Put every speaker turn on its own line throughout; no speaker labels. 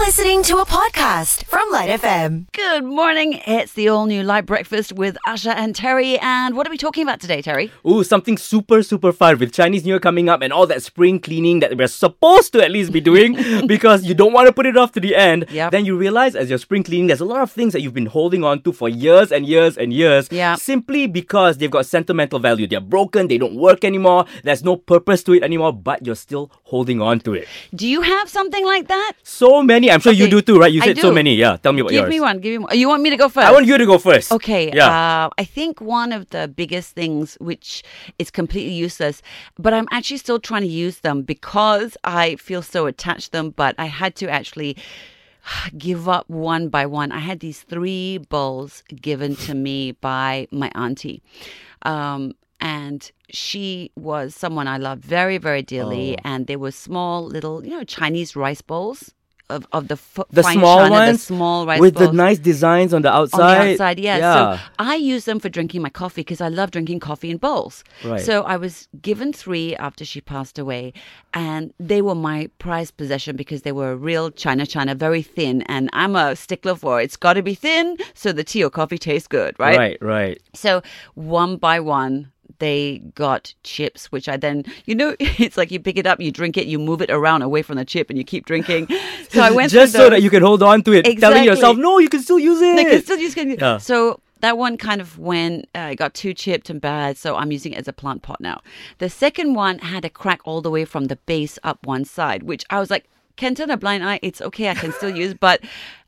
listening to a podcast from Light FM.
Good morning. It's the all new live breakfast with Asha and Terry. And what are we talking about today, Terry?
Ooh, something super, super fun with Chinese New Year coming up and all that spring cleaning that we're supposed to at least be doing because you don't want to put it off to the end.
Yep.
Then you realize as you're spring cleaning, there's a lot of things that you've been holding on to for years and years and years
Yeah.
simply because they've got sentimental value. They're broken, they don't work anymore, there's no purpose to it anymore, but you're still holding on to it.
Do you have something like that?
So many. I'm sure you
Okay.
do too, right? You
I
said so
do.
many. Yeah, tell me about
Give
yours.
me one. Give me one. You want me to go first?
I want you to go first.
Okay.
Yeah.
Uh, I think one of the biggest things, which is completely useless, but I'm actually still trying to use them because I feel so attached to them, but I had to actually give up one by one. I had these three bowls given to me by my auntie. Um, and she was someone I loved very, very dearly.
Oh.
And they were small little, you know, Chinese rice bowls. Of, of the f-
the
fine
small
china,
ones
the small rice
with the
bowls
nice designs on the outside.
on the outside, yeah. So I use them for drinking my coffee because I love drinking coffee in bowls.
Right.
So I was given three after she passed away, and they were my prized possession because they were a real China China, very thin, and I'm a stickler for it's got to be thin so the tea or coffee tastes good, right?
right, right.
So one by one, they got chips, which I then, you know, it's like you pick it up, you drink it, you move it around away from the chip, and you keep drinking. So I went
just
through
so
those.
that you can hold on to it, telling
Exactly.
yourself, "No, you can still use it."
They can still use cooking.
Yeah.
So that one kind of went, uh, got too chipped and bad. So I'm using it as a plant pot now. The second one had a crack all the way from the base up one side, which I was like, can turn a blind eye. It's okay. I can still use, but.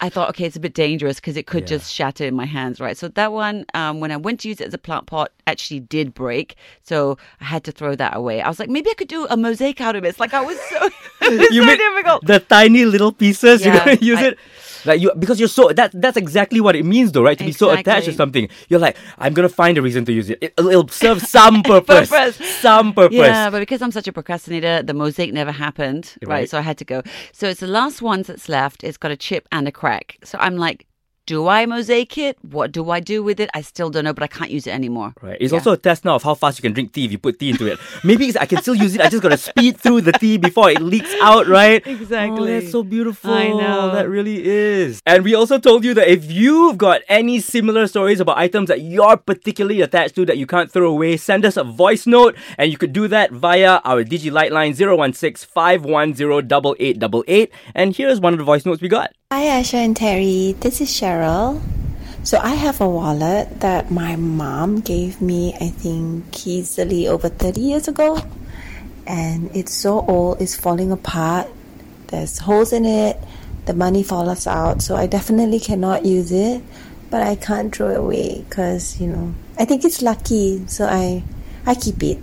I thought, okay, it's a bit dangerous because it could just shatter in my hands, right? So that one, um, when I went to use it as a plant pot, actually did break. So I had to throw that away. I was like, maybe I could do a mosaic out of it. It's like I was so, it was
you
so
make
difficult.
the tiny little pieces.
Yeah,
you're gonna use
I-
it, like you because you're so that that's exactly what it means, though, right? To be so attached to
Exactly.
something, you're like, "I'm gonna find a reason to use it. it it'll serve some purpose,
Purpose.
some purpose."
Yeah, but because I'm such a procrastinator, the mosaic never happened. Right.
Right.
So I had to go. So it's the last ones that's left. It's got a chip and a crack. So I'm like, do I mosaic it? What do I do with it? I still don't know, but I can't use it anymore.
Right. It's also a test now of how fast you can drink tea if you put tea into it. Maybe it's- I can still use it. I just gotta speed through the tea before it leaks out. Right. Oh,
Exactly.
that's so beautiful.
I know.
That really is. And we also told you that if you've got any similar stories about items that you're particularly attached to that you can't throw away, send us a voice note, and you could do that via our Digi Lightline 016-510-8888. And here's one of the voice notes we got.
Hi, Asha and Terry. This is Cheryl. So I have a wallet that my mom gave me, I think easily over 30 years ago. And it's so old, it's falling apart. There's holes in it. The money falls out. So I definitely cannot use it, but I can't throw it away because, you know, I think it's lucky. So I, I keep it.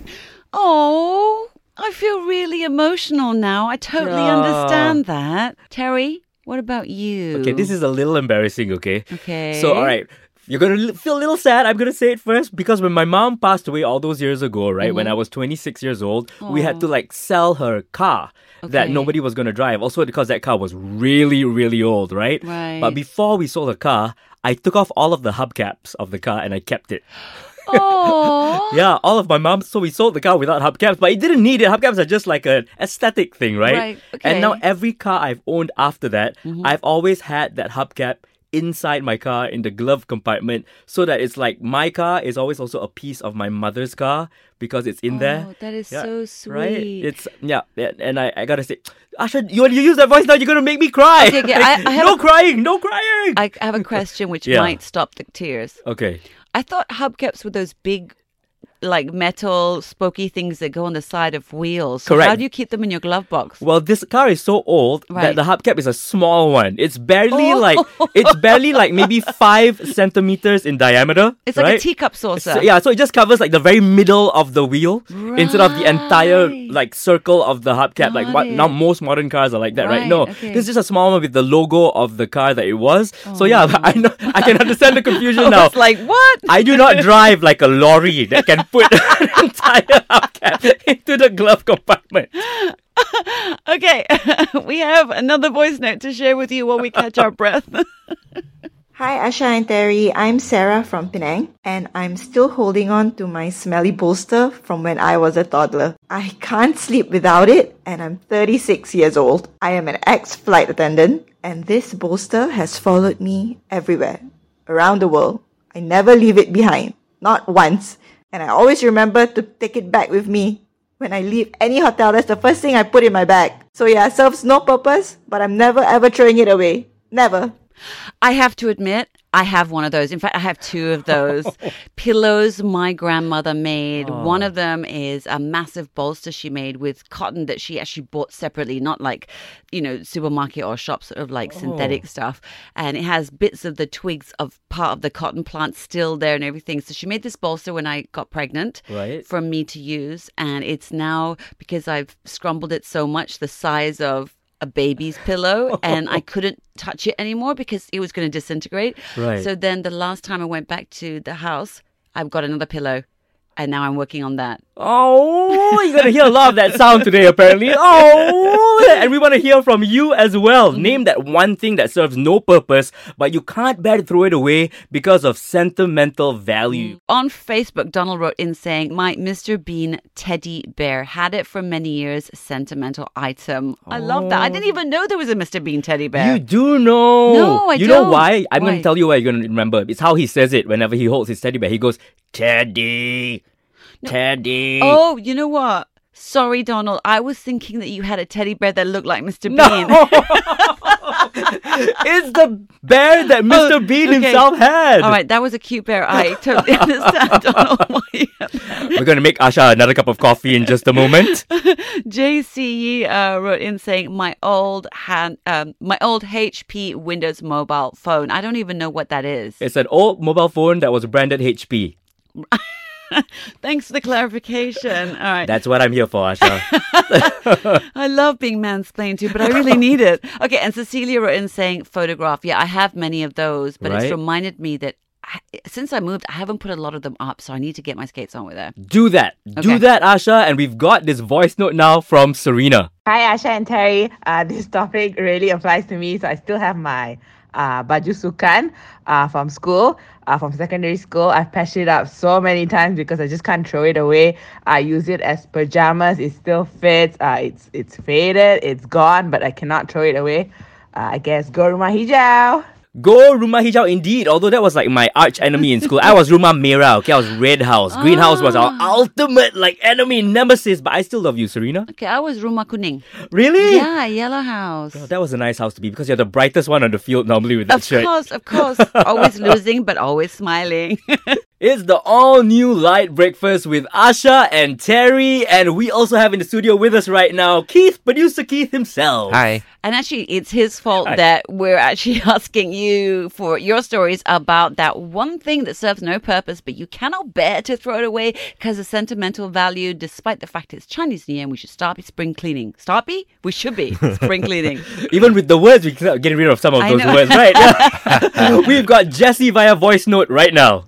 Oh, I feel really emotional now. I totally
Yeah.
understand that. Terry, what about you?
Okay, this is a little embarrassing, okay?
Okay.
So, all right. You're going to feel a little sad. I'm going to say it first because when my mom passed away all those years ago, right, when
Mm-hmm.
I was 26 years old, we had to like sell her car that
Okay.
nobody was going to drive. Also, because that car was really, really old, right?
Right.
But before we sold the car, I took off all of the hubcaps of the car and I kept it.
Oh.
Yeah, all of my mom's. So we sold the car without hubcaps, but it didn't need it. Hubcaps are just like an aesthetic thing, right?
Right, okay. Mm-hmm.
And now every car I've owned after that, I've always had that hubcap inside my car in the glove compartment so that it's like my car is always also a piece of my mother's car because it's in
Oh,
there.
that is
Yeah,
so sweet.
Right? It's yeah, yeah, and I, I gotta say, Asha, you you use that voice now, you're gonna make me cry.
Okay, okay, I- I have
no
a-
crying, no crying.
I have a question which
Yeah.
might stop the tears.
okay.
I thought hubcaps were those big, like metal spokey things that go on the side of wheels. So How
Correct.
do you keep them in your glove box?
Well, this car is so old
Right.
that the hubcap is a small one. It's barely
Oh.
like it's barely like maybe five centimeters in diameter.
it's like
right?
a uh. teacup saucer.
So- yeah, so it just covers like the very middle of the wheel instead of the entire
Right.
like circle of the hubcap. like
Got
what
it.
now most modern cars are like that, right?
Right,
No,
okay.
this is just a small one with the logo of the car that it was. So yeah, I know I can understand the confusion now.
It's Oh. like what?
I do not drive like a lorry that can put an entire hubcap into the glove compartment.
okay, we have another voice note to share with you while we catch our breath.
Hi, Asha and Terry. I'm Sarah from Penang, and I'm still holding on to my smelly bolster from when I was a toddler. I can't sleep without it, and I'm 36 years old. I am an ex flight attendant, and this bolster has followed me everywhere, around the world. I never leave it behind, not once. And I always remember to take it back with me when I leave any hotel. That's the first thing I put in my bag. So yeah, serves no purpose, but I'm never ever throwing it away. Never.
I have to admit, I have one of those. In fact, I have two of those pillows my grandmother made. One of them is a massive bolster she made with cotton that she actually bought separately, not like, you know, supermarket or shop, sort of like synthetic stuff. And it has bits of the twigs of part of the cotton plant still there and everything. So she made this bolster when I got pregnant
Right.
from me to use. And it's now, because I've scrambled it so much, the size of a baby's pillow and I couldn't touch it anymore because it was going to disintegrate.
Right.
So then the last time I went back to the house, I've got another pillow and now I'm working on that.
Oh, you're gonna hear a lot of that sound today, apparently. Oh, and we want to hear from you as well.
Mm-hmm.
Name that one thing that serves no purpose, but you can't bear to throw it away because of sentimental value.
On Facebook, Donald wrote in saying, My Mr. Bean teddy bear had it for many years, sentimental item. I love that. I didn't even know there was a Mr. Bean teddy bear.
Oh. You do know.
Mm. No, I
You know
don't.
why? I'm
Why?
gonna tell you why you're gonna remember. It's how he says it whenever he holds his teddy bear. He goes, Teddy. Teddy.
oh, you know what? Sorry, Donald. I was thinking that you had a teddy bear that looked like Mr. Bean.
No. it's the bear that Mr. Bean
okay.
himself had.
All right, that was a cute bear. I totally understand. Donald. uh,
We're gonna make Asha another cup of coffee in just a moment.
JCE uh, wrote in saying my old hand, um, my old HP Windows mobile phone. I don't even know what that is.
It's an old mobile phone that was branded HP.
Thanks for the clarification. All right,
That's what I'm here for, Asha.
I love being mansplained to, but I really need it. Okay, and Cecilia wrote in saying photograph. Yeah, I have many of those, but
Right.
it's reminded me that. I, since I moved, I haven't put a lot of them up, so I need to get my skates on with it.
Do that. Do
Okay.
that, Asha. And we've got this voice note now from Serena.
Hi, Asha and Terry. Uh, this topic really applies to me. So I still have my uh, baju sukan uh, from school, uh, from secondary school. I've patched it up so many times because I just can't throw it away. I use it as pajamas. It still fits. Uh, it's it's faded. It's gone, but I cannot throw it away. Uh, I guess go rumah hijau.
Go Rumah Hijau indeed. Although that was like my arch enemy in school. I was Rumah Merah. Okay, I was Red House. Green House was our
Ah.
ultimate like enemy nemesis. But I still love you, Serena.
Okay, I was Ruma Kuning.
Really?
Yeah, Yellow House.
That was a nice house to be because you're the brightest one on the field normally with that
Of
shirt.
course, of course. always losing, but always smiling.
It's the all new light breakfast with Asha and Terry, and we also have in the studio with us right now Keith, producer Keith himself.
Hi.
and actually, it's his fault that we're actually asking you for your stories about that one thing that serves no purpose, but you cannot bear to throw it away because of sentimental value, despite the fact it's Chinese New Year and we should start be spring cleaning. Start be? We should be spring cleaning.
Even with the words, we cannot get rid of some of
I
those
know.
words, right? We've got Jesse via voice note right now.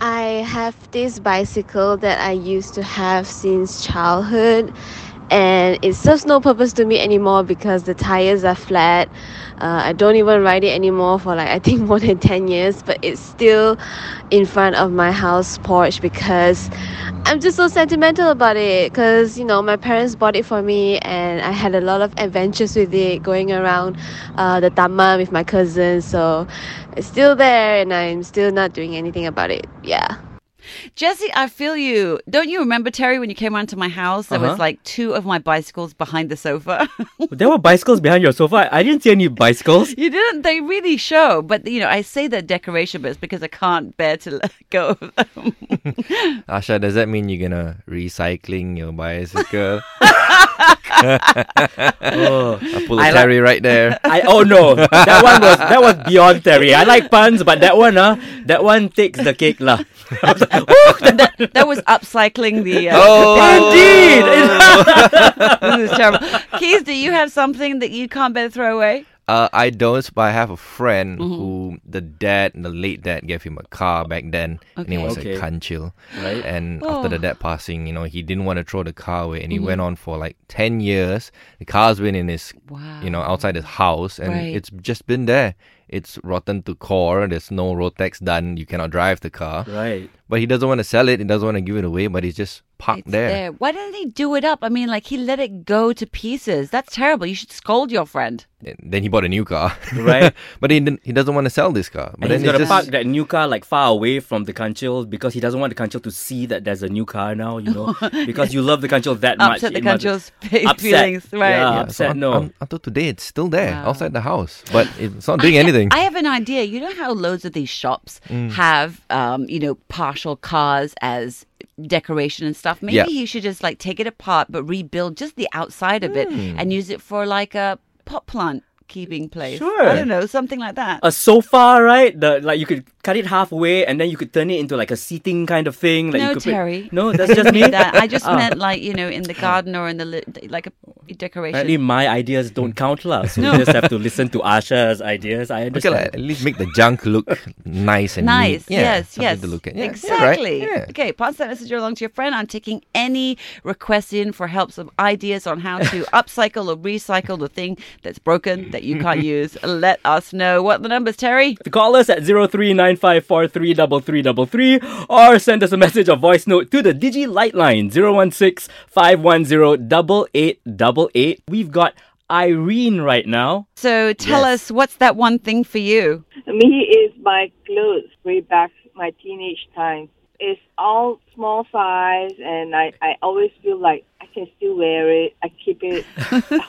I have this bicycle that I used to have since childhood, and it serves no purpose to me anymore because the tires are flat. Uh, I don't even ride it anymore for like I think more than 10 years, but it's still in front of my house porch because I'm just so sentimental about it. Because you know, my parents bought it for me, and I had a lot of adventures with it going around uh, the Taman with my cousins, so it's still there, and I'm still not doing anything about it. Yeah.
Jesse, I feel you. Don't you remember, Terry, when you came around to my house, there was
Uh-huh.
like two of my bicycles behind the sofa?
There were bicycles behind your sofa. I didn't see any bicycles.
You didn't. They really show, but you know, I say that decoration, but it's because I can't bear to let go of them.
Asha, does that mean you're gonna recycling your bicycle?
Oh.
I pull a
I like-
Terry right there.
I oh no, that one was that was beyond Terry. I like puns, but that one, uh, that one takes the cake, lah.
that, that was upcycling the. Uh,
Oh,
Indeed.
This is terrible. Keys, do you have something that you can't bear to throw away?
Uh, I don't, but I have a friend
Mm-hmm.
who the dad, the late dad, gave him a car back then, and it
Okay.
was
Okay.
a Kanchil.
Right.
And
Oh. Mm-hmm.
after the dad passing, you know, he didn't want to throw the car away, and it went on for like ten years. The car's been in his, you know, outside his house, and
Right.
it's just been there. It's rotten to core. There's no road tax done. You cannot drive the car.
Right.
But he doesn't want to sell it. He doesn't want to give it away. But he's just parked
It's there. Why didn't he do it up? I mean, like he let it go to pieces. That's terrible. You should scold your friend.
And Then he bought a new car.
Right.
but he didn't, he doesn't want to sell this car. But
And he's
then
gonna
it's
park
just,
that new car like far away from the Kanchil because he doesn't want the Kanchil to see that there's a new car now, you know. because you love the Kanchil that much.
Upset the
it must-
Kanchil's fe-
Upset.
feelings, right.
Yeah,
Yeah,
So
upset.
un-
no.
un- until today, it's still there outside the house. But it's not doing anything.
I have an idea. You know how loads of these shops have, um, you know, partial cars as decoration and stuff. Maybe
Yeah.
you should just like take it apart but rebuild just the outside of it and use it for like a pot plant keeping place.
Sure. Uh,
I don't know, something like that.
a sofa, right? The like you could cut it halfway and then you could turn it into like a seating kind of thing. Like
no,
you could put-
Terry.
no,
I
that's
didn't
just me.
mean That. uh, I just
Ah.
meant like you know, in the garden or in the li- like a decoration.
Apparently, my ideas don't
Hmm.
count, lah. So you just have to listen to Asha's ideas. I
Okay,
understand.
like, at least make the junk look nice and
Nice.
neat. Yeah,
yes.
something
Yes.
To look at. Yeah, yeah, right.
exactly.
Yeah.
Okay. Pass that message along to your friend. I'm taking any requests in for help, some ideas on how to upcycle or recycle the thing that's broken that you can't use. Let us know what the numbers, Terry.
to call us at 0395433333 or send us a message or voice note to the Digi Lightline 016-510-8888. We've got Irene right now.
So tell us
Yes.
what's that one thing for you?
Me is my clothes way back my teenage time. It's all small size, and I, I always feel like I can still wear it. I keep it.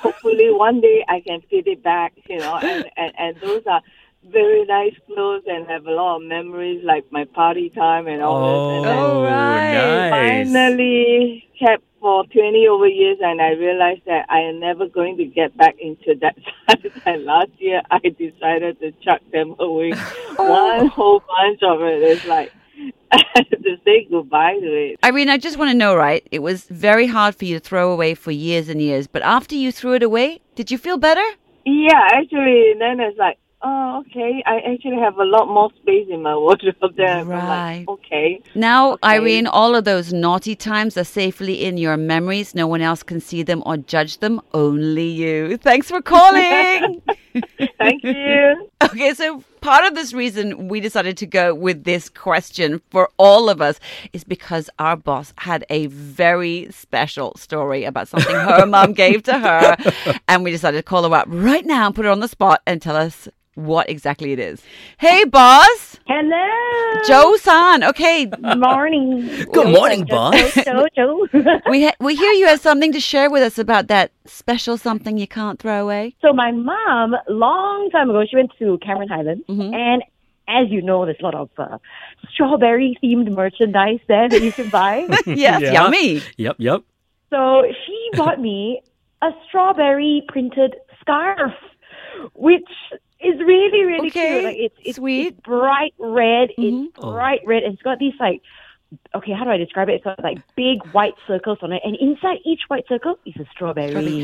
Hopefully, one day I can fit it back, you know. And, and, and those are very nice clothes and have a lot of memories, like my party time and all this. And I
Oh.
All right.
nice.
finally kept for 20 over years, and I realized that I am never going to get back into that size. And last year, I decided to chuck them away. One whole bunch of it. It's like, to say goodbye to it.
Irene, I just want to know, right? It was very hard for you to throw away for years and years, but after you threw it away, did you feel better?
Yeah, actually, then it's like, oh, okay, I actually have a lot more space in my wardrobe there.
Right.
I'm like, okay.
Now,
Okay.
Irene, all of those naughty times are safely in your memories. No one else can see them or judge them, only you. Thanks for calling.
Thank you.
okay, so part of this reason we decided to go with this question for all of us is because our boss had a very special story about something her mom gave to her. And we decided to call her up right now and put her on the spot and tell us what exactly it is. Hey, boss.
Hello.
Joe San. Okay,
Good morning.
Good morning, boss.
Joe, Joe. Joe.
we ha- we hear you have something to share with us about that special something you can't throw away.
so my mom, long time ago, she went to Cameron Highlands,
Mm-hmm.
and as you know, there's a lot of uh, strawberry themed merchandise there that you can buy.
Yes,
Hmm. Yeah.
yummy.
Yep, yep.
so she bought me a strawberry printed scarf, which is really really
Okay,
cute. Like it's it's,
sweet. Mm-hmm.
it's bright red. It's
Oh.
bright red, and it's got these like. Okay, how do I describe it? It's got like big white circles on it, and inside each white circle is a strawberry.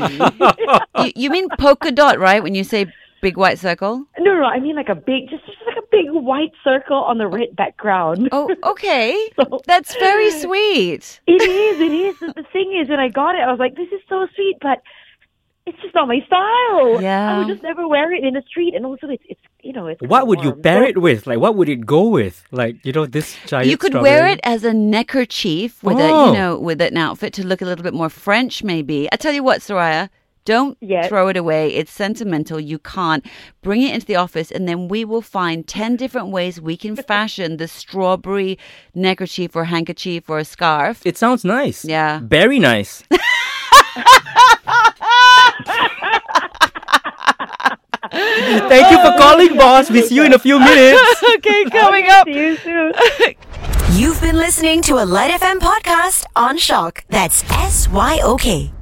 Uh,
You, you mean polka dot, right? When you say big white circle.
No, no, I mean like a big, just, just like a big white circle on the red background.
Oh, okay. That's very sweet.
It is, it is. The the thing is, when I got it, I was like, this is so sweet, but it's just not my style. I
Yeah.
would just never wear it in the street. And also, it's, it's you know, it's.
What would you
warm.
pair
So-
it with? Like, what would it go with? Like, you know, this giant.
You could
strawberry.
wear it as a neckerchief with a
Oh.
you know with an outfit to look a little bit more French, maybe. I tell you what, Soraya. Don't
Yes.
throw it away. It's sentimental. You can't. Bring it into the office, and then we will find 10 different ways we can fashion the strawberry neckerchief or handkerchief or a scarf.
It sounds nice.
Yeah.
Very nice. Thank you for calling, boss. We see you in a few minutes.
okay, coming up.
See you soon.
You've been listening to a Light FM podcast on Shock. That's S Y O K.